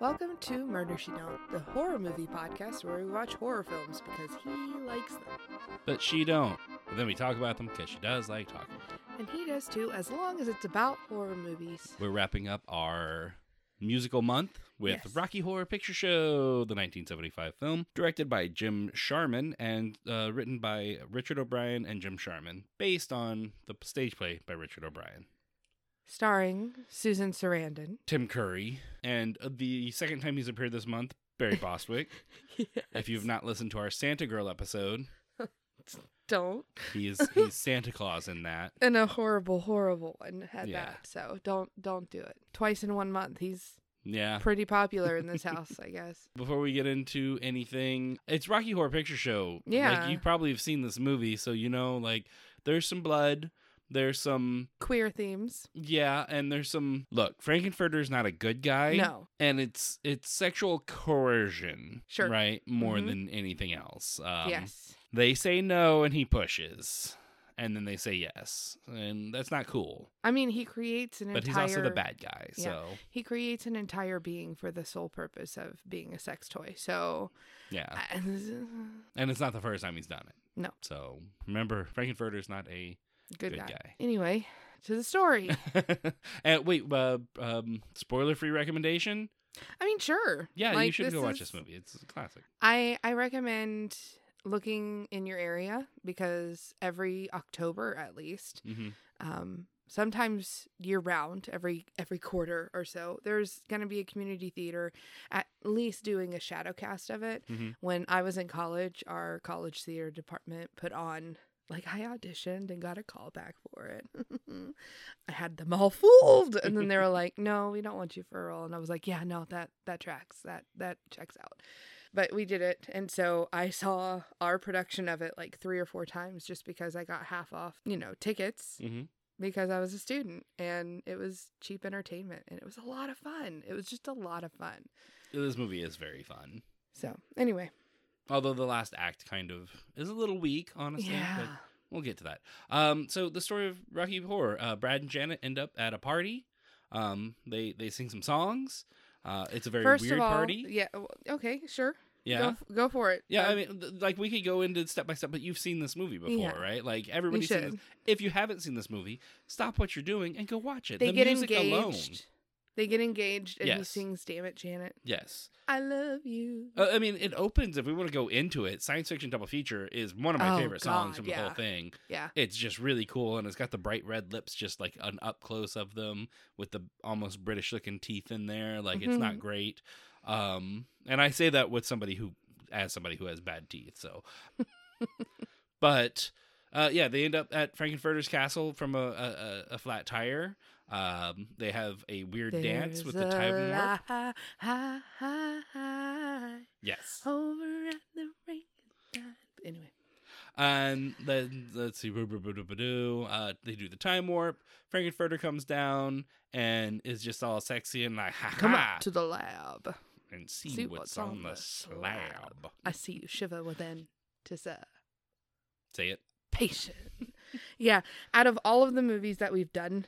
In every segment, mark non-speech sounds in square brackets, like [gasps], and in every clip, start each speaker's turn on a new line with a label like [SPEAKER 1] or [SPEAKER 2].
[SPEAKER 1] Welcome to Murder She Don't, the horror movie podcast where we watch horror films because he likes them.
[SPEAKER 2] But she don't. But then we talk about them because she does like talking. about them.
[SPEAKER 1] And he does too, as long as it's about horror movies.
[SPEAKER 2] We're wrapping up our musical month with
[SPEAKER 1] Yes.
[SPEAKER 2] Rocky Horror Picture Show, the 1975 film, directed by Jim Sharman and uh, written by Richard O'Brien and Jim Sharman, based on the stage play by Richard O'Brien.
[SPEAKER 1] Starring Susan Sarandon.
[SPEAKER 2] Tim Curry, and the second time he's appeared this month, Barry Bostwick. [laughs] If you've not listened to our Santa Girl episode,
[SPEAKER 1] [laughs] Don't.
[SPEAKER 2] he is he's Santa Claus in that.
[SPEAKER 1] And a horrible, horrible one had
[SPEAKER 2] Yeah.
[SPEAKER 1] that. So don't don't do it. Twice in one month. He's
[SPEAKER 2] Yeah.
[SPEAKER 1] pretty popular
[SPEAKER 2] [laughs]
[SPEAKER 1] in this house, I guess.
[SPEAKER 2] before we get into anything, it's Rocky Horror Picture Show.
[SPEAKER 1] Yeah.
[SPEAKER 2] Like you probably have seen this movie, so you know like there's some blood, there's some
[SPEAKER 1] Queer themes.
[SPEAKER 2] yeah, and there's some look, Frankenfurter's not a good guy.
[SPEAKER 1] No.
[SPEAKER 2] And it's it's sexual coercion.
[SPEAKER 1] Sure.
[SPEAKER 2] Right? More
[SPEAKER 1] Mhm.
[SPEAKER 2] than anything else. Um,
[SPEAKER 1] yes.
[SPEAKER 2] They say no and he pushes. And then they say yes. And that's not cool.
[SPEAKER 1] I mean, he creates an
[SPEAKER 2] But
[SPEAKER 1] entire
[SPEAKER 2] he's also the bad guy.
[SPEAKER 1] Yeah.
[SPEAKER 2] So
[SPEAKER 1] He creates an entire being for the sole purpose of being a sex toy. So,
[SPEAKER 2] yeah.
[SPEAKER 1] I- [laughs]
[SPEAKER 2] And it's not the first time he's done it.
[SPEAKER 1] No.
[SPEAKER 2] So remember, Frankenfurter's not a
[SPEAKER 1] good,
[SPEAKER 2] Good
[SPEAKER 1] guy.
[SPEAKER 2] guy.
[SPEAKER 1] Anyway, to the
[SPEAKER 2] [laughs]
[SPEAKER 1] story.
[SPEAKER 2] and wait, uh, um, spoiler free recommendation?
[SPEAKER 1] I mean, sure.
[SPEAKER 2] Yeah, you
[SPEAKER 1] Like,
[SPEAKER 2] should go watch
[SPEAKER 1] is-
[SPEAKER 2] this movie. It's a classic.
[SPEAKER 1] I I recommend looking in your area because every October at least,
[SPEAKER 2] hmm
[SPEAKER 1] um, sometimes year round, every every quarter or so, there's going to be a community theater at least doing a shadow cast of it.
[SPEAKER 2] Mhm.
[SPEAKER 1] When I was in college, our college theater department put on like I auditioned and got a call back for it. [laughs] I had them all fooled, and then they were like, "No, we don't want you for a role." And I was like, "Yeah, no, that that tracks. That that checks out." But we did it, and so I saw our production of it like three or four times just because I got half off, you know, tickets
[SPEAKER 2] hmm
[SPEAKER 1] because I was a student, and it was cheap entertainment, and it was a lot of fun. It was just a lot of fun.
[SPEAKER 2] This movie is very fun.
[SPEAKER 1] So anyway,
[SPEAKER 2] Although the last act kind of is a little weak, honestly.
[SPEAKER 1] yeah.
[SPEAKER 2] But we'll get to that. Um, so the story of Rocky Horror. Uh, Brad and Janet end up at a party. Um, they they sing some songs. Uh, it's a very
[SPEAKER 1] First
[SPEAKER 2] weird
[SPEAKER 1] of all,
[SPEAKER 2] party.
[SPEAKER 1] yeah. w- Okay, sure.
[SPEAKER 2] Yeah.
[SPEAKER 1] Go, f- go for it.
[SPEAKER 2] yeah,
[SPEAKER 1] Um,
[SPEAKER 2] I mean, th- like we could go into step by step, but you've seen this movie before,
[SPEAKER 1] Yeah.
[SPEAKER 2] right? Like
[SPEAKER 1] we
[SPEAKER 2] everybody's seen this
[SPEAKER 1] should.
[SPEAKER 2] if you haven't seen this movie, stop what you're doing and go watch it.
[SPEAKER 1] They
[SPEAKER 2] the
[SPEAKER 1] get
[SPEAKER 2] music
[SPEAKER 1] engaged.
[SPEAKER 2] alone.
[SPEAKER 1] They get engaged, and he
[SPEAKER 2] Yes.
[SPEAKER 1] sings "Damn It, Janet,
[SPEAKER 2] Yes.
[SPEAKER 1] I love you."
[SPEAKER 2] Uh, I mean, it opens, if we want to go into it, Science Fiction Double Feature is one of my
[SPEAKER 1] Oh,
[SPEAKER 2] favorite songs
[SPEAKER 1] God,
[SPEAKER 2] from the
[SPEAKER 1] yeah.
[SPEAKER 2] whole thing.
[SPEAKER 1] yeah,
[SPEAKER 2] It's just really cool, and it's got the bright red lips, just like an up close of them with the almost British looking teeth in there. Like, it's
[SPEAKER 1] Mhm.
[SPEAKER 2] not great. Um, and I say that with somebody who, as somebody who has bad teeth, so. but. Uh, yeah, they end up at Frankenfurter's castle from a, a, a- a flat tire. Um, they have a weird dance with the
[SPEAKER 1] There's
[SPEAKER 2] time
[SPEAKER 1] a
[SPEAKER 2] warp.
[SPEAKER 1] lie, hi, hi, hi,
[SPEAKER 2] Yes.
[SPEAKER 1] over at the ring. Anyway,
[SPEAKER 2] And Um, then let's see, boo, boo, boo, boo, boo, doo. uh, they do the time warp. Frankenfurter comes down and is just all sexy and like, ha
[SPEAKER 1] come
[SPEAKER 2] ha,
[SPEAKER 1] on to the lab.
[SPEAKER 2] and see, what's, on the slab.
[SPEAKER 1] I see you shiver within. Tis a
[SPEAKER 2] Say it.
[SPEAKER 1] patient. [laughs] yeah, out of all of the movies that we've done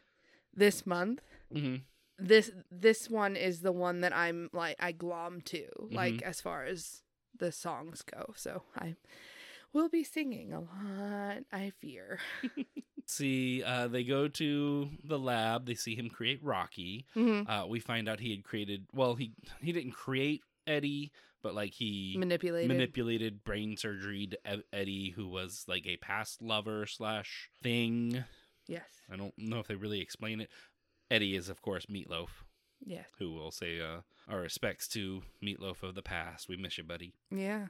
[SPEAKER 1] this month,
[SPEAKER 2] hmm
[SPEAKER 1] this this one is the one that I'm like I glom to, like as far as the songs go. So I will be singing a lot, I fear.
[SPEAKER 2] See, uh, they go to the lab. They see him create Rocky. Uh, we find out he had created. Well, he he didn't create Eddie, but like he
[SPEAKER 1] Manipulated.
[SPEAKER 2] manipulated brain surgery to Ed- Eddie, who was like a past lover slash thing.
[SPEAKER 1] yes.
[SPEAKER 2] I don't know if they really explain it. Eddie is, of course, Meatloaf,
[SPEAKER 1] Yes.
[SPEAKER 2] who will say uh, our respects to Meatloaf of the past. We miss you, buddy.
[SPEAKER 1] Yeah.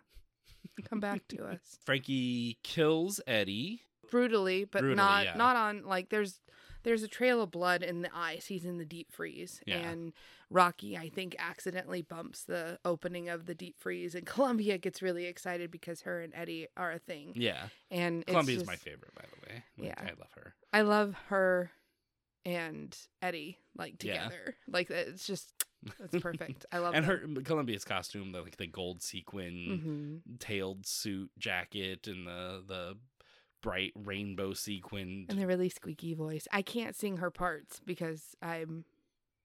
[SPEAKER 1] Come back to us.
[SPEAKER 2] Frankie kills Eddie.
[SPEAKER 1] Brutally, but
[SPEAKER 2] Brutally,
[SPEAKER 1] not
[SPEAKER 2] yeah.
[SPEAKER 1] not on like there's there's a trail of blood in the ice. He's in the deep freeze.
[SPEAKER 2] Yeah.
[SPEAKER 1] And Rocky, I think, accidentally bumps the opening of the deep freeze and [laughs] Columbia gets really excited because her and Eddie are a thing.
[SPEAKER 2] Yeah.
[SPEAKER 1] And it's
[SPEAKER 2] Columbia is
[SPEAKER 1] just-
[SPEAKER 2] my favorite, by the way. Like,
[SPEAKER 1] Yeah.
[SPEAKER 2] I love her.
[SPEAKER 1] I love her and Eddie like
[SPEAKER 2] Yeah.
[SPEAKER 1] together. Like it's just it's perfect. I love
[SPEAKER 2] [laughs] and her Columbia's costume, the like the gold sequin
[SPEAKER 1] hmm
[SPEAKER 2] tailed suit jacket and the the bright rainbow sequined
[SPEAKER 1] and the really squeaky voice. I can't sing her parts because I'm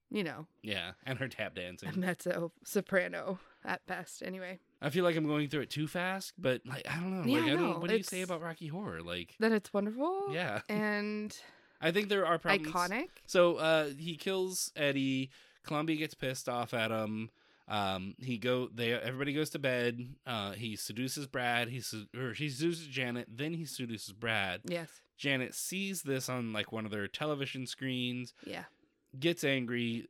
[SPEAKER 1] you know,
[SPEAKER 2] Yeah, and her
[SPEAKER 1] [laughs]
[SPEAKER 2] tap dancing.
[SPEAKER 1] a mezzo soprano at best. Anyway,
[SPEAKER 2] I feel like I'm going through it too fast, but like I don't know.
[SPEAKER 1] Yeah,
[SPEAKER 2] like, I
[SPEAKER 1] no,
[SPEAKER 2] don't, what do you
[SPEAKER 1] it's-
[SPEAKER 2] say about Rocky Horror? Like,
[SPEAKER 1] then it's wonderful.
[SPEAKER 2] yeah,
[SPEAKER 1] And
[SPEAKER 2] I think there are [laughs] problems.
[SPEAKER 1] iconic.
[SPEAKER 2] So uh, he kills Eddie. Columbia gets pissed off at him. Um, he go they everybody goes to bed. Uh, he seduces Brad. He sed- or she seduces Janet. Then he seduces Brad.
[SPEAKER 1] Yes.
[SPEAKER 2] Janet sees this on like one of their television screens. [laughs]
[SPEAKER 1] Yeah.
[SPEAKER 2] Gets angry.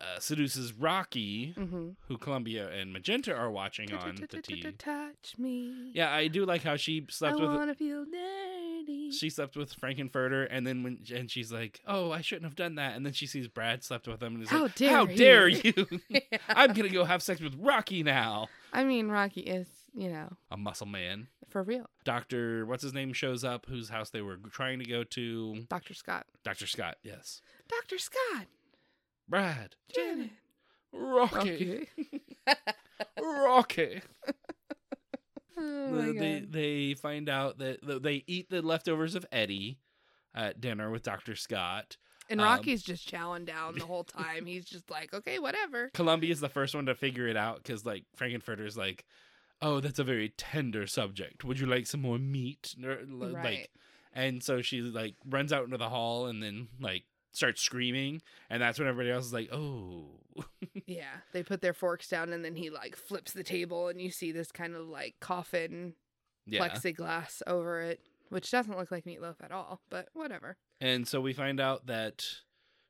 [SPEAKER 2] Uh, seduces Rocky,
[SPEAKER 1] Mm-hmm.
[SPEAKER 2] who Columbia and Magenta are watching on the
[SPEAKER 1] [laughs]
[SPEAKER 2] TV.
[SPEAKER 1] Touch me.
[SPEAKER 2] Yeah, I do like how she
[SPEAKER 1] I
[SPEAKER 2] slept with
[SPEAKER 1] want to feel nerdy. [laughs]
[SPEAKER 2] [laughs] she slept with Frankenfurter, and then when and she's like, "Oh, I shouldn't have done that," and then she sees Brad slept with him, and is
[SPEAKER 1] How
[SPEAKER 2] like,
[SPEAKER 1] dare
[SPEAKER 2] "How
[SPEAKER 1] you." [laughs]
[SPEAKER 2] dare you? [laughs]
[SPEAKER 1] I,
[SPEAKER 2] I'm gonna go have sex with Rocky now."
[SPEAKER 1] mean, Rocky is, you know,
[SPEAKER 2] A muscle man,
[SPEAKER 1] for real.
[SPEAKER 2] Doctor, what's his name, shows up, whose house they were trying to go to.
[SPEAKER 1] Dr. Scott.
[SPEAKER 2] Doctor Scott, yes,
[SPEAKER 1] Dr. Scott.
[SPEAKER 2] Brad,
[SPEAKER 1] Janet.
[SPEAKER 2] [laughs] Rocky,
[SPEAKER 1] Okay.
[SPEAKER 2] Rocky.
[SPEAKER 1] [laughs] Oh
[SPEAKER 2] Uh,
[SPEAKER 1] my
[SPEAKER 2] they
[SPEAKER 1] God.
[SPEAKER 2] they find out that that they eat the leftovers of Eddie at dinner with Doctor Scott.
[SPEAKER 1] And
[SPEAKER 2] um,
[SPEAKER 1] Rocky's just chowing down the
[SPEAKER 2] [laughs]
[SPEAKER 1] whole time. He's just like, okay, whatever.
[SPEAKER 2] Columbia's the first one to figure it out because like Frankenfurter's like, oh, that's a very tender subject. Would you like some more meat? Or, l-
[SPEAKER 1] Right.
[SPEAKER 2] [laughs] Like, and so she like runs out into the hall and then like starts screaming, and that's when everybody else is like, oh, [laughs]
[SPEAKER 1] Yeah. They put their forks down and then he like flips the table and you see this kind of like coffin
[SPEAKER 2] yeah.
[SPEAKER 1] plexiglass over it, which doesn't look like meatloaf at all, but whatever.
[SPEAKER 2] And so we find out that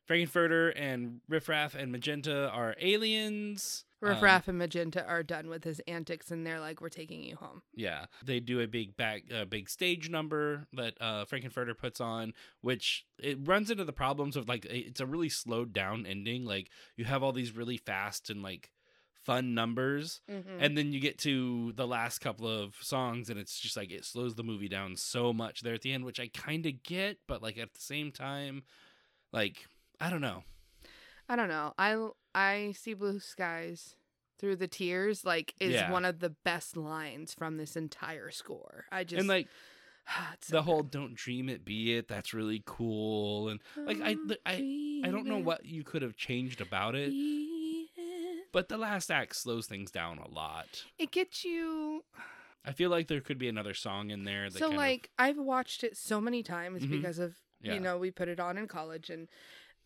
[SPEAKER 2] Frankenfurter and Riffraff and Magenta are aliens.
[SPEAKER 1] Riff
[SPEAKER 2] Um,
[SPEAKER 1] Raff and Magenta are done with his antics and they're like, we're taking you home.
[SPEAKER 2] Yeah, they do a big back, a big stage number that uh, Frankenfurter puts on, which it runs into the problems of like it- it's a really slowed down ending. Like you have all these really fast and like fun numbers,
[SPEAKER 1] Mm.
[SPEAKER 2] and then you get to the last couple of songs, and it's just like it slows the movie down so much there at the end, which I kind of get, but like at the same time, like I don't know.
[SPEAKER 1] I don't know. I I see blue skies through the tears like is
[SPEAKER 2] Yeah.
[SPEAKER 1] one of the best lines from this entire score. I just [sighs] ah,
[SPEAKER 2] and like
[SPEAKER 1] it's so
[SPEAKER 2] the whole
[SPEAKER 1] good.
[SPEAKER 2] "Don't dream it, be it" that's really cool, and like, I-
[SPEAKER 1] Don't
[SPEAKER 2] I- I don't know
[SPEAKER 1] dream it,
[SPEAKER 2] what you could have changed about it.
[SPEAKER 1] be it.
[SPEAKER 2] But the last act slows things down a lot.
[SPEAKER 1] It gets you
[SPEAKER 2] I feel like there could be another song in there. That
[SPEAKER 1] so
[SPEAKER 2] kind of-
[SPEAKER 1] like I've watched it so many times
[SPEAKER 2] Mhm.
[SPEAKER 1] because of
[SPEAKER 2] Yeah.
[SPEAKER 1] you know we put it on in college and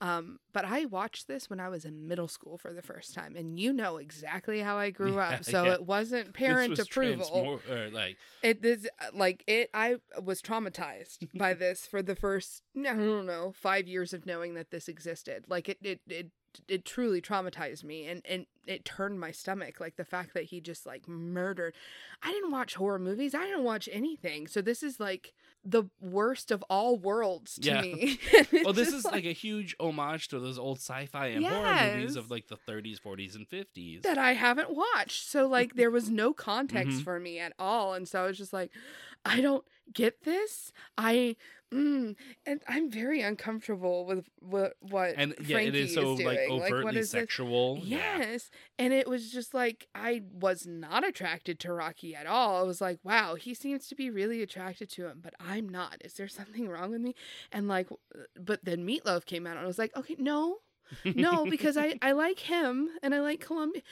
[SPEAKER 1] um but I watched this when I was in middle school for the first time and you know exactly how I grew
[SPEAKER 2] [laughs] Yeah,
[SPEAKER 1] up so
[SPEAKER 2] yeah.
[SPEAKER 1] it wasn't
[SPEAKER 2] This
[SPEAKER 1] parent
[SPEAKER 2] was
[SPEAKER 1] approval.
[SPEAKER 2] transmor- or, like
[SPEAKER 1] It this like it I was traumatized
[SPEAKER 2] [laughs]
[SPEAKER 1] by this for the first I don't know five years of knowing that this existed. Like it it it it truly traumatized me and and it turned my stomach like the fact that he just like murdered i didn't watch horror movies i didn't watch anything so this is like the worst of all worlds to
[SPEAKER 2] Yeah.
[SPEAKER 1] me [laughs]
[SPEAKER 2] well,
[SPEAKER 1] [laughs] It's
[SPEAKER 2] oh, this
[SPEAKER 1] just
[SPEAKER 2] is like a huge homage to those old sci-fi and horror movies of
[SPEAKER 1] Yes.
[SPEAKER 2] like the 30s, 40s, and 50s.
[SPEAKER 1] that I haven't watched. So like there was no context
[SPEAKER 2] Mhm.
[SPEAKER 1] for me at all, and so I was just like, I don't get this. I mm, and I'm very uncomfortable with what what
[SPEAKER 2] and yeah, it
[SPEAKER 1] Frankie
[SPEAKER 2] is so
[SPEAKER 1] doing.
[SPEAKER 2] like overtly
[SPEAKER 1] what is this?
[SPEAKER 2] sexual. Yeah.
[SPEAKER 1] Yes. And it was just like, I was not attracted to Rocky at all. I was like, wow, he seems to be really attracted to him, but I'm not. Is there something wrong with me? And like, but then Meatloaf came out and I was like, okay, no, no, because I, I like him and I like Columbia.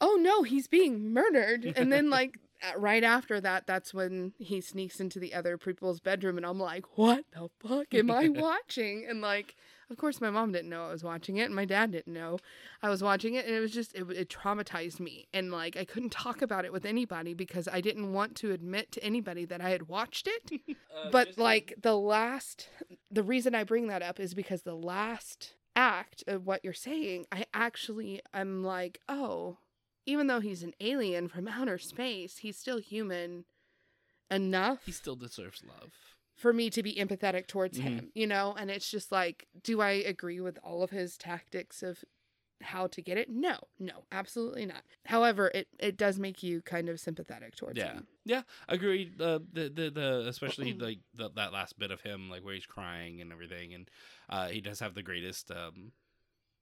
[SPEAKER 1] Oh no, he's being murdered. And then like, at- Right after that, that's when he sneaks into the other people's bedroom, and I'm like, "What the fuck am I watching?" And like, of course, my mom didn't know I was watching it, and my dad didn't know, I was watching it and it was just it, it traumatized me and like I couldn't talk about it with anybody because I didn't want to admit to anybody that I had watched it.
[SPEAKER 2] Uh,
[SPEAKER 1] but Uh, like the last the reason I bring that up is because the last act of what you're saying, I actually am like, "Oh, even though he's an alien from outer space, he's still human enough
[SPEAKER 2] he still deserves love.
[SPEAKER 1] for me to be empathetic towards
[SPEAKER 2] Mhm.
[SPEAKER 1] him, you know? And it's just like, do I agree with all of his tactics of how to get it? No, no, absolutely not. However, it, it does make you kind of sympathetic towards
[SPEAKER 2] Yeah,
[SPEAKER 1] him.
[SPEAKER 2] yeah, agreed. Uh, the the the
[SPEAKER 1] [clears throat]
[SPEAKER 2] especially like the, that last bit of him, like where he's crying and everything, and uh, he does have the greatest um,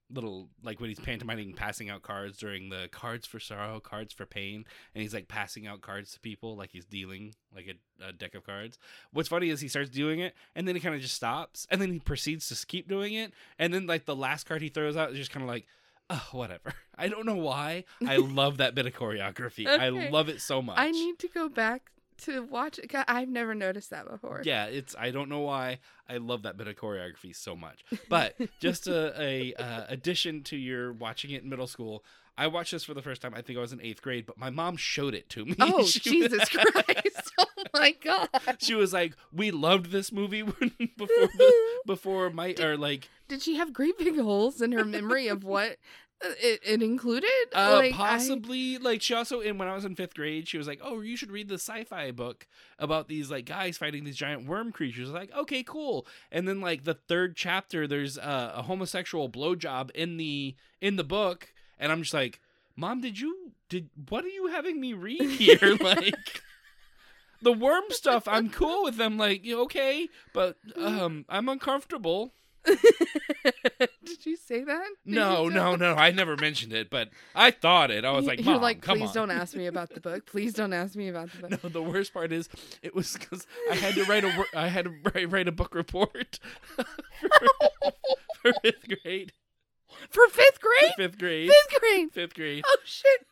[SPEAKER 2] little like when he's pantomiming passing out cards during the cards for sorrow cards for pain and he's like passing out cards to people like he's dealing like a, a deck of cards what's funny is he starts doing it and then he kind of just stops and then he proceeds to keep doing it and then like the last card he throws out is just kind of like oh, whatever [laughs] i don't know why i love that bit of choreography
[SPEAKER 1] [laughs]
[SPEAKER 2] i
[SPEAKER 1] Okay.
[SPEAKER 2] love it so much
[SPEAKER 1] I need to go back to watch it. God, I've never noticed that before.
[SPEAKER 2] yeah it's i don't know why i love that bit of choreography so much but
[SPEAKER 1] [laughs]
[SPEAKER 2] just a, a uh, addition to your watching it in middle school i watched this for the first time i think i was in eighth grade but my mom showed it to me [laughs]
[SPEAKER 1] Oh,
[SPEAKER 2] She-
[SPEAKER 1] Jesus Christ. [laughs] Oh, my
[SPEAKER 2] [laughs]
[SPEAKER 1] God.
[SPEAKER 2] she was like we loved this movie [laughs] when, before the, before
[SPEAKER 1] [laughs]
[SPEAKER 2] my or like
[SPEAKER 1] Did she have gaping holes in her memory of what uh, it, it included?
[SPEAKER 2] uh
[SPEAKER 1] Like, I-
[SPEAKER 2] possibly like she also in when i was in fifth grade she was like oh you should read the sci-fi book about these like guys fighting these giant worm creatures like okay cool and then like the third chapter there's uh, a homosexual blowjob in the in the book and i'm just like mom did you did what are you having me
[SPEAKER 1] [laughs]
[SPEAKER 2] read here like the worm stuff i'm cool with them like yeah, okay but um i'm uncomfortable
[SPEAKER 1] Did you say that? Did [laughs]
[SPEAKER 2] no
[SPEAKER 1] you tell-
[SPEAKER 2] no no i never mentioned it but i thought it i was
[SPEAKER 1] You-
[SPEAKER 2] like
[SPEAKER 1] you're
[SPEAKER 2] mom
[SPEAKER 1] like,
[SPEAKER 2] come
[SPEAKER 1] please
[SPEAKER 2] on
[SPEAKER 1] don't ask me about the book. Please don't ask me about the book.
[SPEAKER 2] [laughs] No, the worst part is it was because I had to write a wor- I had to [laughs] write, write a book report [laughs] for, for fifth grade,
[SPEAKER 1] For fifth
[SPEAKER 2] for
[SPEAKER 1] grade?
[SPEAKER 2] [laughs] fifth grade,
[SPEAKER 1] Fifth grade.
[SPEAKER 2] fifth grade.
[SPEAKER 1] Oh shit.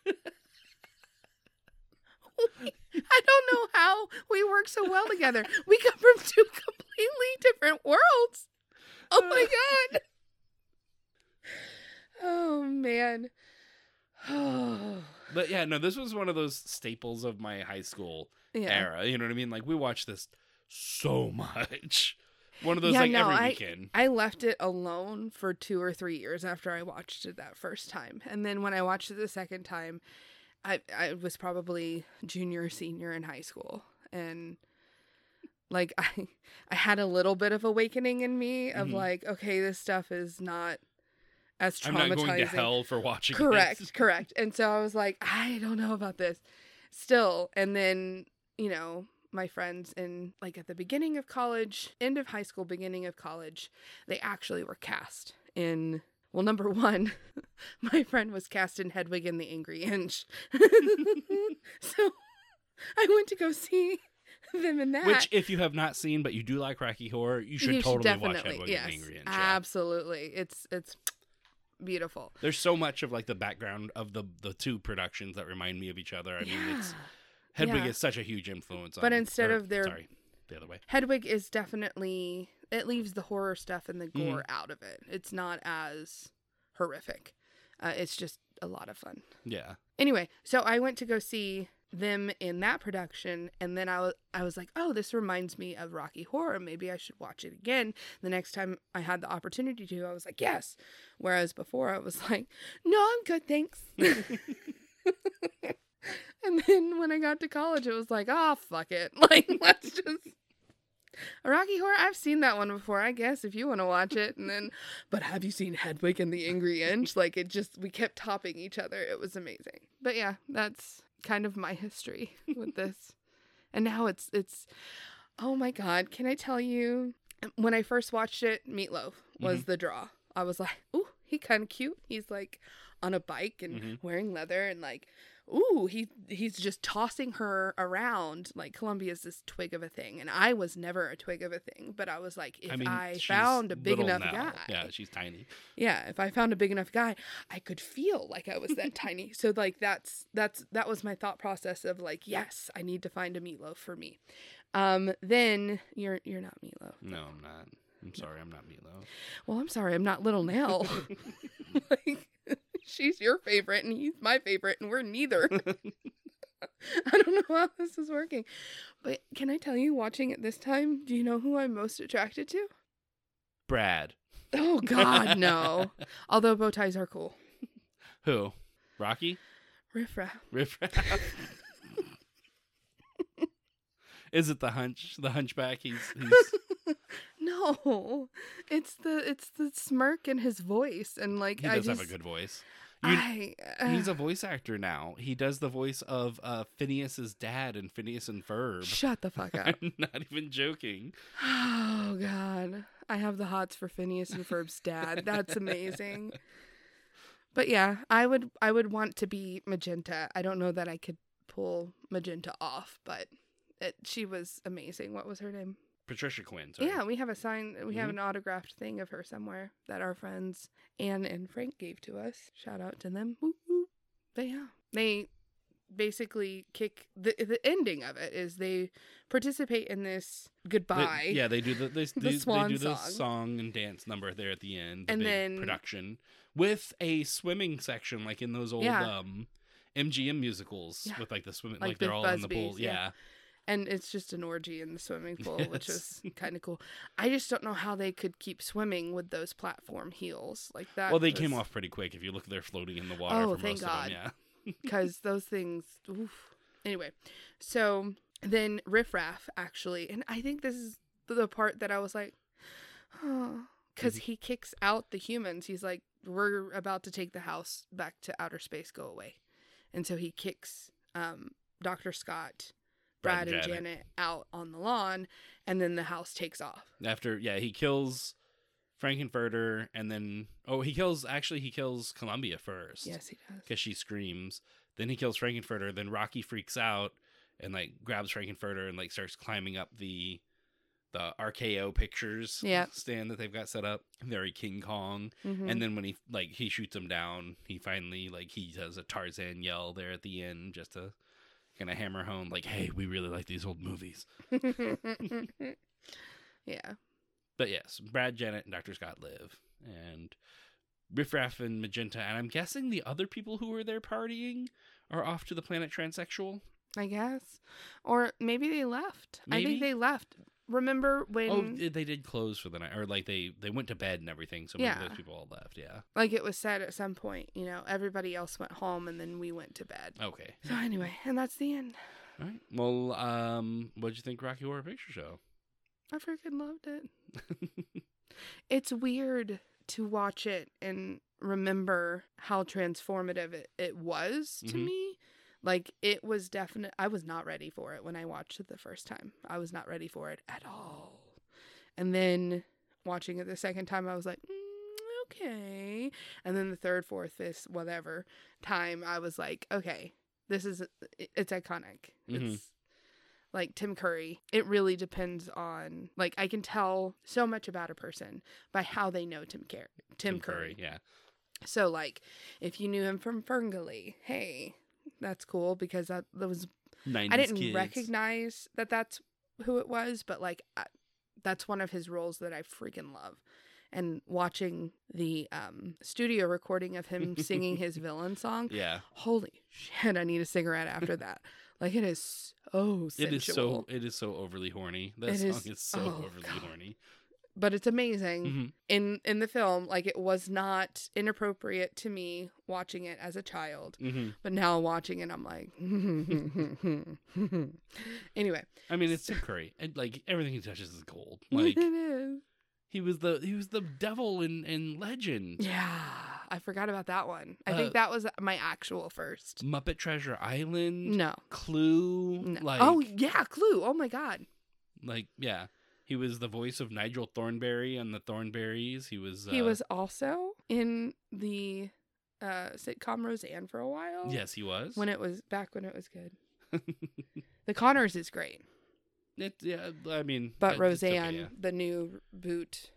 [SPEAKER 1] We- I don't know how we work so well together. We come from two completely different worlds. Oh my god. Oh man. [sighs] Oh.
[SPEAKER 2] But yeah, no, this was one of those staples of my high school
[SPEAKER 1] Yeah.
[SPEAKER 2] era. You know what I mean? Like we watched this so [laughs] much. One of those
[SPEAKER 1] Yeah,
[SPEAKER 2] like
[SPEAKER 1] no,
[SPEAKER 2] every
[SPEAKER 1] I-
[SPEAKER 2] weekend.
[SPEAKER 1] I left it alone for 2 or 3 years after I watched it that first time. And then when I watched it the second time, I I was probably junior senior in high school and like [laughs] I I had a little bit of awakening in me of
[SPEAKER 2] Mhm.
[SPEAKER 1] like okay this stuff is not as
[SPEAKER 2] I'm not
[SPEAKER 1] traumatizing.
[SPEAKER 2] going to hell for watching. this. [laughs]
[SPEAKER 1] Correct, correct. And so I was like, I don't know about this still. And then, you know, my friends in like at the beginning of college, end of high school, beginning of college, they actually were cast in well, number [laughs] one, my friend was cast in Hedwig and the Angry Inch. [laughs] so I went to go see them in that.
[SPEAKER 2] Which, if you have not seen, but you do like Rocky Horror, you should totally watch Hedwig and Angry Inch. yeah.
[SPEAKER 1] Absolutely. It's it's beautiful.
[SPEAKER 2] There's so much of like the background of the the two productions that remind me of each other. I mean, it's
[SPEAKER 1] Yeah.
[SPEAKER 2] Hedwig
[SPEAKER 1] Yeah.
[SPEAKER 2] is such a huge influence.
[SPEAKER 1] But
[SPEAKER 2] on-
[SPEAKER 1] instead
[SPEAKER 2] or,
[SPEAKER 1] of their-
[SPEAKER 2] sorry, the other way,
[SPEAKER 1] Hedwig is definitely it leaves the horror stuff and the gore out of it. It's not as horrific. Uh, it's just a lot of fun.
[SPEAKER 2] yeah,
[SPEAKER 1] Anyway, so I went to go see them in that production, and then I was I was like, oh, this reminds me of Rocky Horror. Maybe I should watch it again. The next time I had the opportunity to, I was like, yes. Whereas before, I was [laughs] like, no, I'm good, thanks. [laughs] and then when I got to college, it was like, oh, fuck it. [laughs] Like, let's just. Rocky Horror, I've seen that one before, I guess, if you want to watch it. And then, but have you seen Hedwig and the Angry Inch? Like, it just, we kept topping each other. It was amazing. But yeah, that's kind of my history with this. and now it's, it's, oh my God, can I tell you? When I first watched it, Meatloaf was the draw. I was like, ooh, he kind of cute. He's like on a bike and
[SPEAKER 2] Mhm.
[SPEAKER 1] wearing leather and like, ooh, he he's just tossing her around. Like Columbia's this twig of a thing, and I was never a twig of a thing. But I was like, if I,
[SPEAKER 2] I mean, she's
[SPEAKER 1] found a big
[SPEAKER 2] little
[SPEAKER 1] enough
[SPEAKER 2] now.
[SPEAKER 1] guy,
[SPEAKER 2] Yeah, she's tiny.
[SPEAKER 1] yeah, if I found a big enough guy, I could feel like I was
[SPEAKER 2] [laughs]
[SPEAKER 1] that tiny. So like that's that's that was my thought process of like, yes, I need to find a meatloaf for me. Um, then you're you're not meatloaf.
[SPEAKER 2] No, I'm not. I'm sorry, I'm not Milo.
[SPEAKER 1] Well, I'm sorry, I'm not little
[SPEAKER 2] [laughs]
[SPEAKER 1] Nell. [laughs] like, she's your favorite and he's my favorite, and we're
[SPEAKER 2] [laughs]
[SPEAKER 1] neither. [laughs] I don't know how this is working. But can I tell you, watching it this time, do you know who I'm most attracted to?
[SPEAKER 2] Brad,
[SPEAKER 1] [laughs] Oh, God, no. [laughs] Although bow ties are cool.
[SPEAKER 2] who? Rocky,
[SPEAKER 1] Riff raff.
[SPEAKER 2] Riff.
[SPEAKER 1] [laughs]
[SPEAKER 2] Raff? Is it the hunch? The hunchback? He's
[SPEAKER 1] [laughs]
[SPEAKER 2] he's
[SPEAKER 1] No, it's the it's the smirk in his voice and like
[SPEAKER 2] he
[SPEAKER 1] I
[SPEAKER 2] does
[SPEAKER 1] just
[SPEAKER 2] have a good voice. You-
[SPEAKER 1] I, uh,
[SPEAKER 2] He's a voice actor now. He does the voice of uh, Phineas's dad in Phineas and Ferb.
[SPEAKER 1] uh, shut the fuck up.
[SPEAKER 2] [laughs] I'm not even joking.
[SPEAKER 1] Oh God, I have the hots for Phineas and Ferb's dad. That's amazing. But yeah, I would I would want to be Magenta. I don't know that I could pull Magenta off, but it, she was amazing. What was her name?
[SPEAKER 2] Patricia Quinn. sorry.
[SPEAKER 1] Yeah, we have a sign. We have
[SPEAKER 2] Mhm.
[SPEAKER 1] an autographed thing of her somewhere that our friends Anne and Frank gave to us. Shout out to them. Woo woo. But yeah, they basically kick the the ending of it is they participate in this
[SPEAKER 2] They-
[SPEAKER 1] goodbye.
[SPEAKER 2] yeah, they do the
[SPEAKER 1] [laughs]
[SPEAKER 2] they,
[SPEAKER 1] The
[SPEAKER 2] they, they
[SPEAKER 1] swan
[SPEAKER 2] do the
[SPEAKER 1] song.
[SPEAKER 2] song and dance number there at the end, the
[SPEAKER 1] And
[SPEAKER 2] big
[SPEAKER 1] then-
[SPEAKER 2] production with a swimming section like in those old
[SPEAKER 1] Yeah.
[SPEAKER 2] um MGM musicals
[SPEAKER 1] Yeah.
[SPEAKER 2] with like the swimming
[SPEAKER 1] Like
[SPEAKER 2] like, they're
[SPEAKER 1] Big
[SPEAKER 2] all in the pool.
[SPEAKER 1] Busby's,
[SPEAKER 2] Yeah.
[SPEAKER 1] yeah. and it's just an orgy in the swimming pool, which is
[SPEAKER 2] Yes.
[SPEAKER 1] kind of cool. I just don't know how they could keep swimming with those platform heels like that.
[SPEAKER 2] Well, they
[SPEAKER 1] [laughs]
[SPEAKER 2] came off pretty quick. If you look, they're floating in the water
[SPEAKER 1] Oh,
[SPEAKER 2] for
[SPEAKER 1] thank
[SPEAKER 2] most
[SPEAKER 1] God.
[SPEAKER 2] of them.
[SPEAKER 1] because those things. Oof. Anyway, so then Riff Raff actually, and I think this is the part that I was like, oh, because
[SPEAKER 2] Mhm.
[SPEAKER 1] he kicks out the humans. He's like, we're about to take the house back to outer space. Go away, and so he kicks um, Doctor Scott. Brad,
[SPEAKER 2] Brad and
[SPEAKER 1] and
[SPEAKER 2] Janet.
[SPEAKER 1] Janet out on the lawn, and then the house takes off.
[SPEAKER 2] Yeah. After yeah, he kills Frankenfurter, and then oh, he kills actually he kills Columbia first.
[SPEAKER 1] Yes, he does.
[SPEAKER 2] because she screams. Then he kills Frankenfurter. Then Rocky freaks out and like grabs Frankenfurter and like starts climbing up the the RKO pictures
[SPEAKER 1] Yep.
[SPEAKER 2] stand that they've got set up. Very King Kong.
[SPEAKER 1] Mm-hmm.
[SPEAKER 2] And then when he like he shoots him down, he finally like he does a Tarzan yell there at the end just to kind of hammer home like, hey, we really like these old movies.
[SPEAKER 1] Mhm. [laughs] yeah.
[SPEAKER 2] But yes, Brad, Janet, and Doctor Scott live, and Riff Raff and Magenta, and I'm guessing the other people who were there partying are off to the planet transsexual.
[SPEAKER 1] I guess. Or maybe they left. I
[SPEAKER 2] Maybe.
[SPEAKER 1] think they left. Remember when
[SPEAKER 2] Oh, th- they did close for the night, or like they they went to bed and everything. So maybe
[SPEAKER 1] Yeah.
[SPEAKER 2] those people all left. Yeah.
[SPEAKER 1] like it was said at some point, you know, everybody else went home and then we went to bed.
[SPEAKER 2] Okay.
[SPEAKER 1] So anyway, and that's the end.
[SPEAKER 2] All right. Well, um, what'd you think, Rocky Horror Picture Show?
[SPEAKER 1] I freaking loved it. It's weird to watch it and remember how transformative it, it was to
[SPEAKER 2] Mhm.
[SPEAKER 1] me. Like it was definite I was not ready for it when I watched it the first time. I was not ready for it at all. And then watching it the second time I was like, mm, okay. And then the third, fourth, fifth, whatever time I was like, okay, this is it's iconic.
[SPEAKER 2] Mhm.
[SPEAKER 1] It's like Tim Curry. It really depends on like I can tell so much about a person by how they know Tim Curry. Tim, Curry.
[SPEAKER 2] Yeah.
[SPEAKER 1] So like if you knew him from Ferngully, hey, that's cool because that, that was
[SPEAKER 2] 90s
[SPEAKER 1] I didn't
[SPEAKER 2] kids.
[SPEAKER 1] recognize that that's who it was, but like I, that's one of his roles that I freaking love. And watching the um, studio recording of him singing his
[SPEAKER 2] [laughs]
[SPEAKER 1] villain song,
[SPEAKER 2] Yeah.
[SPEAKER 1] holy shit! I need a cigarette after that. Like it is so sensual,
[SPEAKER 2] It is so it is so overly horny. That
[SPEAKER 1] It
[SPEAKER 2] song
[SPEAKER 1] is-
[SPEAKER 2] is, so
[SPEAKER 1] oh,
[SPEAKER 2] overly
[SPEAKER 1] God.
[SPEAKER 2] horny.
[SPEAKER 1] but it's amazing.
[SPEAKER 2] Mhm.
[SPEAKER 1] in in the film like it was not inappropriate to me watching it as a child
[SPEAKER 2] Mhm.
[SPEAKER 1] but now watching it i'm like [laughs] anyway
[SPEAKER 2] I mean, it's Tim Curry, and like everything he touches
[SPEAKER 1] [laughs]
[SPEAKER 2] is gold.
[SPEAKER 1] it
[SPEAKER 2] Like
[SPEAKER 1] is
[SPEAKER 2] he was the he was the devil in in Legend.
[SPEAKER 1] yeah i forgot about that one i
[SPEAKER 2] Uh,
[SPEAKER 1] think that was my actual first
[SPEAKER 2] Muppet Treasure Island,
[SPEAKER 1] no,
[SPEAKER 2] Clue,
[SPEAKER 1] no.
[SPEAKER 2] like
[SPEAKER 1] oh yeah clue oh my god
[SPEAKER 2] Like, yeah. He was the voice of Nigel Thornberry on the Thornberries. He was. Uh,
[SPEAKER 1] he was also in the uh sitcom roseanne for a while
[SPEAKER 2] uh, Yes, he was.
[SPEAKER 1] when it was back when it was
[SPEAKER 2] [laughs]
[SPEAKER 1] good the connors is great
[SPEAKER 2] it, yeah, I mean. it-
[SPEAKER 1] But
[SPEAKER 2] it's okay,
[SPEAKER 1] Roseanne,
[SPEAKER 2] yeah.
[SPEAKER 1] the new boot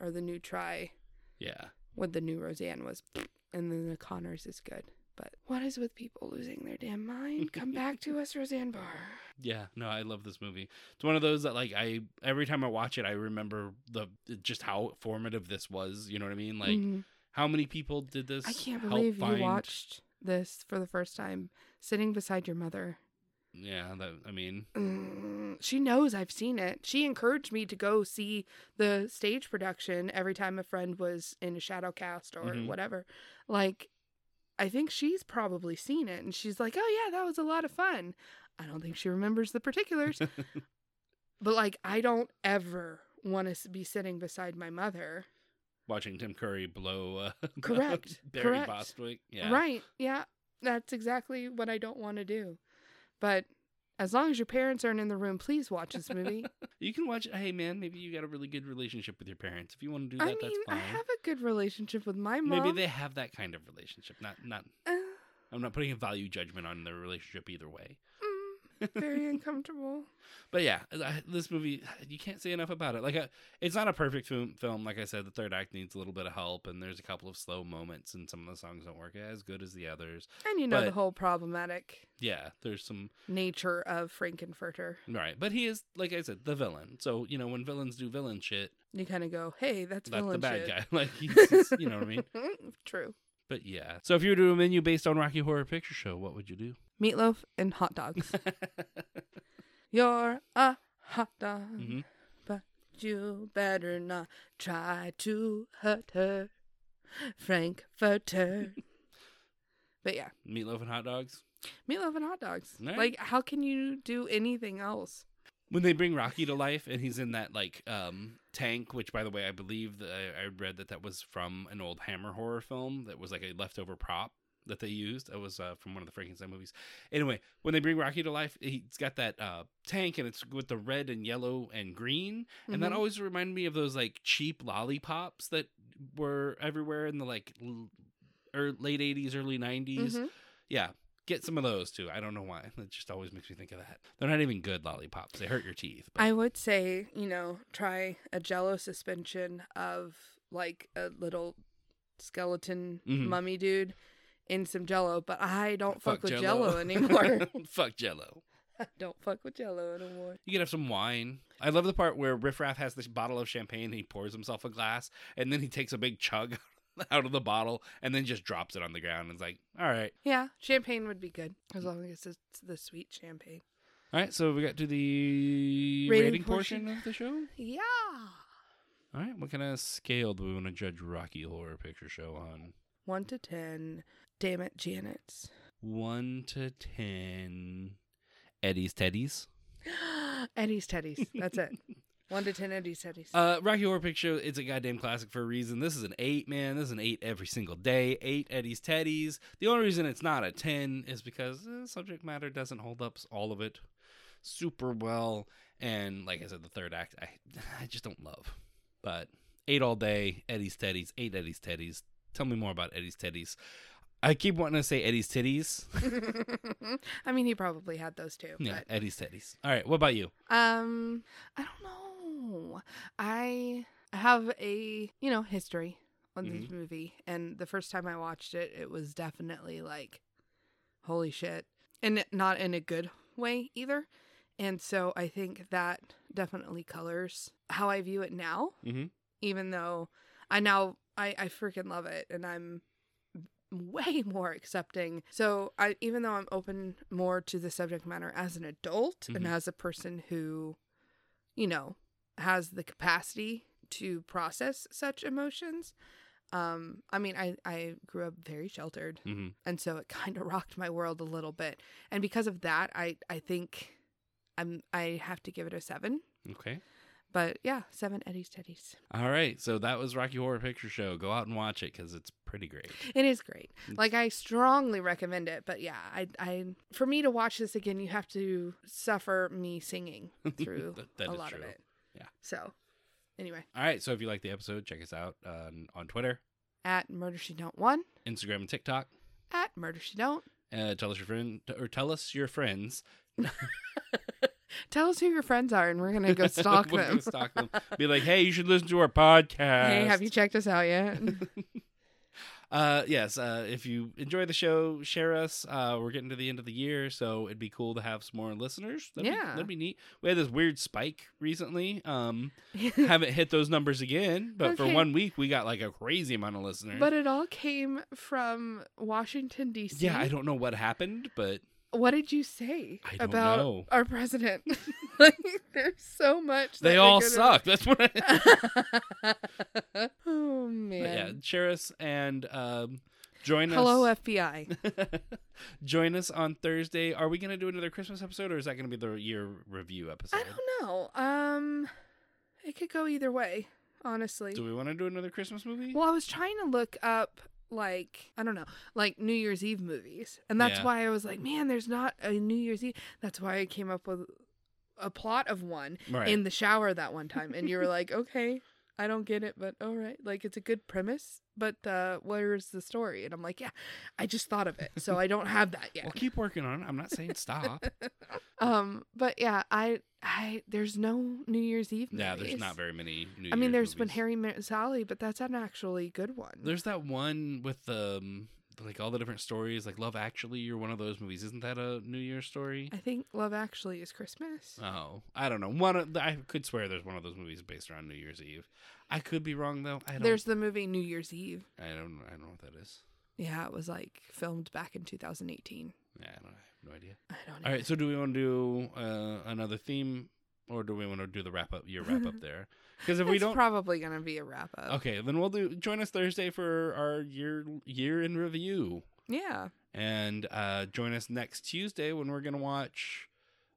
[SPEAKER 1] or the new try
[SPEAKER 2] yeah.
[SPEAKER 1] with the new Roseanne was, and then the Connors is good. But what is with people losing their damn mind? Come back
[SPEAKER 2] [laughs]
[SPEAKER 1] to us, Roseanne Barr.
[SPEAKER 2] Yeah. No, I love this movie. It's one of those that, like, I every time I watch it, I remember the just how formative this was. You know what I mean? Like,
[SPEAKER 1] Mhm.
[SPEAKER 2] how many people did this?
[SPEAKER 1] I can't
[SPEAKER 2] help
[SPEAKER 1] believe you
[SPEAKER 2] find-
[SPEAKER 1] watched this for the first time, sitting beside your mother.
[SPEAKER 2] Yeah. That, I mean,
[SPEAKER 1] Mm, She knows I've seen it. She encouraged me to go see the stage production every time a friend was in a shadow cast or
[SPEAKER 2] Mhm.
[SPEAKER 1] whatever. Like, I think she's probably seen it and she's like, oh, yeah, that was a lot of fun. I don't think she remembers the
[SPEAKER 2] [laughs]
[SPEAKER 1] particulars, but like, I don't ever want to be sitting beside my
[SPEAKER 2] [laughs]
[SPEAKER 1] mother.
[SPEAKER 2] watching Tim Curry blow. Uh, [laughs]
[SPEAKER 1] Correct,
[SPEAKER 2] Barry
[SPEAKER 1] correct.
[SPEAKER 2] Bostwick. Yeah.
[SPEAKER 1] Right. Yeah. That's exactly what I don't want to do. But As long as your parents aren't in the room, please watch this
[SPEAKER 2] [laughs]
[SPEAKER 1] movie.
[SPEAKER 2] You can watch it. Hey, man, maybe you got a really good relationship with your parents. If you want to do that,
[SPEAKER 1] I mean,
[SPEAKER 2] that's
[SPEAKER 1] I
[SPEAKER 2] fine.
[SPEAKER 1] have a good relationship with my mom.
[SPEAKER 2] maybe they have that kind of relationship. Not, not.
[SPEAKER 1] Uh,
[SPEAKER 2] I'm not putting a value judgment on their relationship either way. [laughs]
[SPEAKER 1] mm, very uncomfortable.
[SPEAKER 2] But yeah, I- this movie [sighs] you can't say enough about it. Like, uh, it's not a perfect film. Film, like I said, the third act needs a little bit of help, and there's a couple of slow moments, and some of the songs don't work as good as the others.
[SPEAKER 1] And you know the
[SPEAKER 2] But-
[SPEAKER 1] whole problematic
[SPEAKER 2] Yeah, there's some
[SPEAKER 1] nature of Frankenfurter.
[SPEAKER 2] right, but he is, like I said, the villain. So you know, when villains do villain shit,
[SPEAKER 1] You kind of go, hey, that's,
[SPEAKER 2] that's the
[SPEAKER 1] villain
[SPEAKER 2] bad
[SPEAKER 1] shit.
[SPEAKER 2] guy. [laughs]
[SPEAKER 1] [laughs]
[SPEAKER 2] Like, he's, you know what I mean?
[SPEAKER 1] True.
[SPEAKER 2] But yeah. So if you were to do a menu based on Rocky Horror Picture Show, what would you do?
[SPEAKER 1] Meatloaf and hot
[SPEAKER 2] [laughs]
[SPEAKER 1] dogs. You're a hot dog,
[SPEAKER 2] Mhm.
[SPEAKER 1] but you better not try to hurt her, Frankfurter.
[SPEAKER 2] [laughs]
[SPEAKER 1] but yeah,
[SPEAKER 2] Meatloaf and hot dogs.
[SPEAKER 1] meatloaf and hot dogs.
[SPEAKER 2] All right.
[SPEAKER 1] Like, how can you do anything else?
[SPEAKER 2] When they bring Rocky to life and he's in that like um tank, which by the way, I believe that I, I read that that was from an old Hammer horror film that was like a leftover prop that they used. It was uh, from one of the Frankenstein movies. Anyway, when they bring Rocky to life, he's got that uh tank and it's with the red and yellow and green, and that
[SPEAKER 1] Mhm.
[SPEAKER 2] always reminded me of those like cheap lollipops that were everywhere in the like l- or late 80s early 90s
[SPEAKER 1] Mhm.
[SPEAKER 2] yeah get some of those too i don't know why that just always makes me think of that they're not even good lollipops they hurt your teeth but
[SPEAKER 1] I would say, you know, try a jello suspension of like a little skeleton
[SPEAKER 2] Mhm.
[SPEAKER 1] mummy dude in some jello, but I don't fuck, with jello,
[SPEAKER 2] Jell-O. [laughs]
[SPEAKER 1] anymore.
[SPEAKER 2] fuck jello
[SPEAKER 1] I [laughs] don't fuck with jello anymore.
[SPEAKER 2] you could have some wine i love the part where riff raff has this bottle of champagne and he pours himself a glass and then he takes a big chug [laughs] out of the bottle and then just drops it on the ground and is like all right
[SPEAKER 1] Yeah, champagne would be good as long as it's the sweet champagne.
[SPEAKER 2] all right so we got to the
[SPEAKER 1] Rating
[SPEAKER 2] rating, portion
[SPEAKER 1] portion.
[SPEAKER 2] of the show
[SPEAKER 1] Yeah.
[SPEAKER 2] All right, what kind of scale do we want to judge Rocky Horror Picture Show on?
[SPEAKER 1] One to ten. Damn it, Janet's.
[SPEAKER 2] One to ten. Eddie's Teddies.
[SPEAKER 1] [gasps] Eddie's Teddies. That's [laughs] it. One to ten Eddie's Teddies.
[SPEAKER 2] Uh, Rocky Horror Picture Show. It's a goddamn classic for a reason. This is an eight, man. This is an eight every single day. Eight Eddie's Teddies. The only reason it's not a ten is because uh, subject matter doesn't hold up s- all of it super well. And like I said, the third act I [sighs] I just don't love. But eight all day. Eddie's Teddies. Eight Eddie's Teddies. Tell me more about Eddie's Teddies. I keep wanting to say Eddie's Titties.
[SPEAKER 1] [laughs]
[SPEAKER 2] [laughs]
[SPEAKER 1] I mean, he probably had those too.
[SPEAKER 2] Yeah,
[SPEAKER 1] but-
[SPEAKER 2] Eddie's Teddies. All right, what about you?
[SPEAKER 1] Um, I don't know. I have a you know history on this movie, and the first time I watched it, it was definitely like, holy shit, and it- not in a good way either. And so I think that definitely colors how I view it now.
[SPEAKER 2] Mhm.
[SPEAKER 1] Even though I now I I freaking love it, and I'm [laughs] way more accepting. So I even though I'm open more to the subject matter as an adult and
[SPEAKER 2] Mhm.
[SPEAKER 1] as a person who, you know, has the capacity to process such emotions. Um, I mean, I, I grew up very sheltered,
[SPEAKER 2] Mm-hmm.
[SPEAKER 1] and so it [laughs] kind of rocked my world a little bit. And because of that, I I think I'm I have to give it a seven.
[SPEAKER 2] Okay.
[SPEAKER 1] But yeah, seven Eddie's Teddies.
[SPEAKER 2] All right. So that was Rocky Horror Picture Show. Go out and watch it because it's pretty great.
[SPEAKER 1] It is great.
[SPEAKER 2] Mm.
[SPEAKER 1] Like I strongly recommend it, but yeah, I I for me to watch this again, you have to suffer me singing through
[SPEAKER 2] [laughs] That- that
[SPEAKER 1] a
[SPEAKER 2] is
[SPEAKER 1] lot of
[SPEAKER 2] true.
[SPEAKER 1] it.
[SPEAKER 2] Yeah.
[SPEAKER 1] So, anyway,
[SPEAKER 2] All right. So if you like the episode, check us out on, on Twitter,
[SPEAKER 1] at Murder She Don't One,
[SPEAKER 2] Instagram, and TikTok.
[SPEAKER 1] at Murder She Don't.
[SPEAKER 2] Uh, tell us your friend or tell us your friends.
[SPEAKER 1] Tell us who your friends are, [laughs] and we're gonna
[SPEAKER 2] [laughs]
[SPEAKER 1] go stalk
[SPEAKER 2] We'll go
[SPEAKER 1] them.
[SPEAKER 2] stalk
[SPEAKER 1] [laughs]
[SPEAKER 2] them. Be like, hey, you should listen to our podcast.
[SPEAKER 1] Hey, have you checked us out
[SPEAKER 2] [laughs]
[SPEAKER 1] yet? [laughs]
[SPEAKER 2] Uh, yes. Uh, if you enjoy the show, share us. Uh, we're getting to the end of the year, so it'd be cool to have some more listeners. That'd be,
[SPEAKER 1] Yeah.
[SPEAKER 2] that'd be neat. We had this weird spike recently. Um, [laughs] haven't hit those numbers again, but for
[SPEAKER 1] Okay.
[SPEAKER 2] one week we got like a crazy amount of listeners.
[SPEAKER 1] but it all came from Washington D.C.
[SPEAKER 2] yeah, I don't know what happened, but
[SPEAKER 1] What did you say
[SPEAKER 2] I don't
[SPEAKER 1] about
[SPEAKER 2] know.
[SPEAKER 1] our president? [laughs] like, there's so much. that
[SPEAKER 2] they
[SPEAKER 1] we
[SPEAKER 2] all
[SPEAKER 1] could've-
[SPEAKER 2] suck. [laughs] That's what. I, but [laughs]
[SPEAKER 1] oh
[SPEAKER 2] yeah,
[SPEAKER 1] man.
[SPEAKER 2] share us and um, join
[SPEAKER 1] Hello
[SPEAKER 2] us. [laughs]
[SPEAKER 1] FBI.
[SPEAKER 2] join us on Thursday. Are we gonna do another Christmas episode, or is that gonna be the year review episode?
[SPEAKER 1] I don't know. Um it could go either way, honestly.
[SPEAKER 2] Do we want to do another Christmas movie?
[SPEAKER 1] Well, I was trying to look up like I don't know, like New Year's Eve movies. And that's
[SPEAKER 2] Yeah.
[SPEAKER 1] why I was like, man, there's not a New Year's Eve. That's why I came up with a plot of one
[SPEAKER 2] Right.
[SPEAKER 1] in the shower that one time and you were
[SPEAKER 2] [laughs]
[SPEAKER 1] like, "Okay, I don't get it, but all right. Like it's a good premise, but uh where's the story?" And I'm like, "Yeah, I just thought of it. So I don't have that yet."
[SPEAKER 2] Well, keep working on it. I'm not
[SPEAKER 1] [laughs]
[SPEAKER 2] saying stop.
[SPEAKER 1] Um, but yeah, I I there's no New Year's Eve movies.
[SPEAKER 2] yeah, there's not very many. New
[SPEAKER 1] I mean,
[SPEAKER 2] Year's
[SPEAKER 1] there's been
[SPEAKER 2] movies.
[SPEAKER 1] Harry Met Sally, but that's an actually good one.
[SPEAKER 2] There's that one with um, like all the different stories, like Love Actually. You're one of those movies. Isn't that a New Year's story?
[SPEAKER 1] I think Love Actually is Christmas.
[SPEAKER 2] Oh, I don't know. One, of, I could swear there's one of those movies based around New Year's Eve. I could be wrong though. I don't.
[SPEAKER 1] There's the movie New Year's Eve.
[SPEAKER 2] I don't. I don't know what that is.
[SPEAKER 1] Yeah, it was like filmed back in 2018.
[SPEAKER 2] Yeah, I don't. I have no idea.
[SPEAKER 1] I don't know.
[SPEAKER 2] All right. So, do we want to do uh, another theme, or do we want to do the wrap up? Your wrap
[SPEAKER 1] [laughs]
[SPEAKER 2] up there, because if we
[SPEAKER 1] It's
[SPEAKER 2] don't.
[SPEAKER 1] probably gonna be a wrap up.
[SPEAKER 2] Okay, then we'll do. Join us Thursday for our year year in review.
[SPEAKER 1] Yeah.
[SPEAKER 2] and uh, join us next Tuesday when we're gonna watch.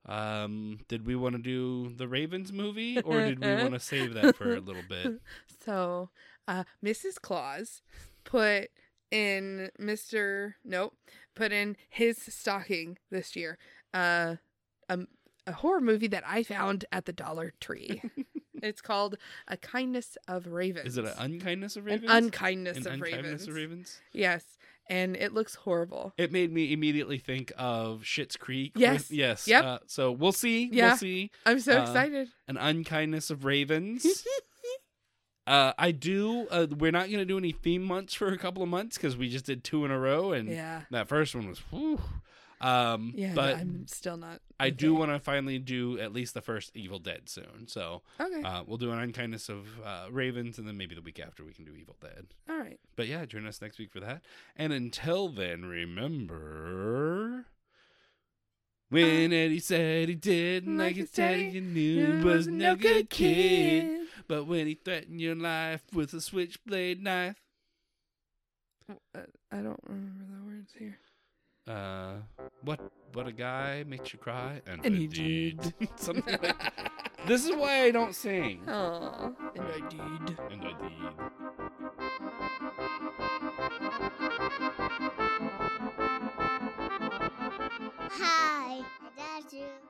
[SPEAKER 2] Um, did we want to do the Ravens movie, or did
[SPEAKER 1] [laughs]
[SPEAKER 2] we want to save that for a little bit?
[SPEAKER 1] So, uh, Mrs. Claus put in Mr. Nope, put in his stocking this year. Uh, a, a horror movie that I found at the Dollar Tree. it's called A Kindness of Ravens.
[SPEAKER 2] Is it an unkindness of
[SPEAKER 1] An
[SPEAKER 2] Ravens?
[SPEAKER 1] unkindness,
[SPEAKER 2] An
[SPEAKER 1] of, ravens.
[SPEAKER 2] of Ravens.
[SPEAKER 1] Yes, and it looks horrible.
[SPEAKER 2] It made me immediately think of Shit's Creek.
[SPEAKER 1] Yes.
[SPEAKER 2] yes.
[SPEAKER 1] Yep.
[SPEAKER 2] Uh, so we'll see.
[SPEAKER 1] Yeah.
[SPEAKER 2] We'll see
[SPEAKER 1] I'm so
[SPEAKER 2] Uh, [laughs]
[SPEAKER 1] excited.
[SPEAKER 2] an unkindness of Ravens. [laughs] Uh, I do. Uh, we're not going to do any theme months for a couple of months because we just did two in a row, and
[SPEAKER 1] yeah,
[SPEAKER 2] that first one was. Whew. Um,
[SPEAKER 1] yeah,
[SPEAKER 2] but
[SPEAKER 1] I'm still not.
[SPEAKER 2] I
[SPEAKER 1] with
[SPEAKER 2] do
[SPEAKER 1] it.
[SPEAKER 2] want to finally do at least the first Evil Dead soon. So
[SPEAKER 1] Okay,
[SPEAKER 2] uh, we'll do an unkindness of uh, Ravens, and then maybe the week after we can do Evil Dead.
[SPEAKER 1] all right.
[SPEAKER 2] But yeah, join us next week for that. And until then, remember when Eddie said he didn't Uh, like his daddy, you knew he was no good kid. But when he threatened your life with a switchblade knife,
[SPEAKER 1] Uh, I don't remember the words here.
[SPEAKER 2] uh, what what a guy makes you cry and,
[SPEAKER 1] And
[SPEAKER 2] a
[SPEAKER 1] he
[SPEAKER 2] dude. [laughs] Something like This is why I don't sing. [laughs]
[SPEAKER 1] Oh, and I did.
[SPEAKER 2] And I did.
[SPEAKER 3] Hi, I love you.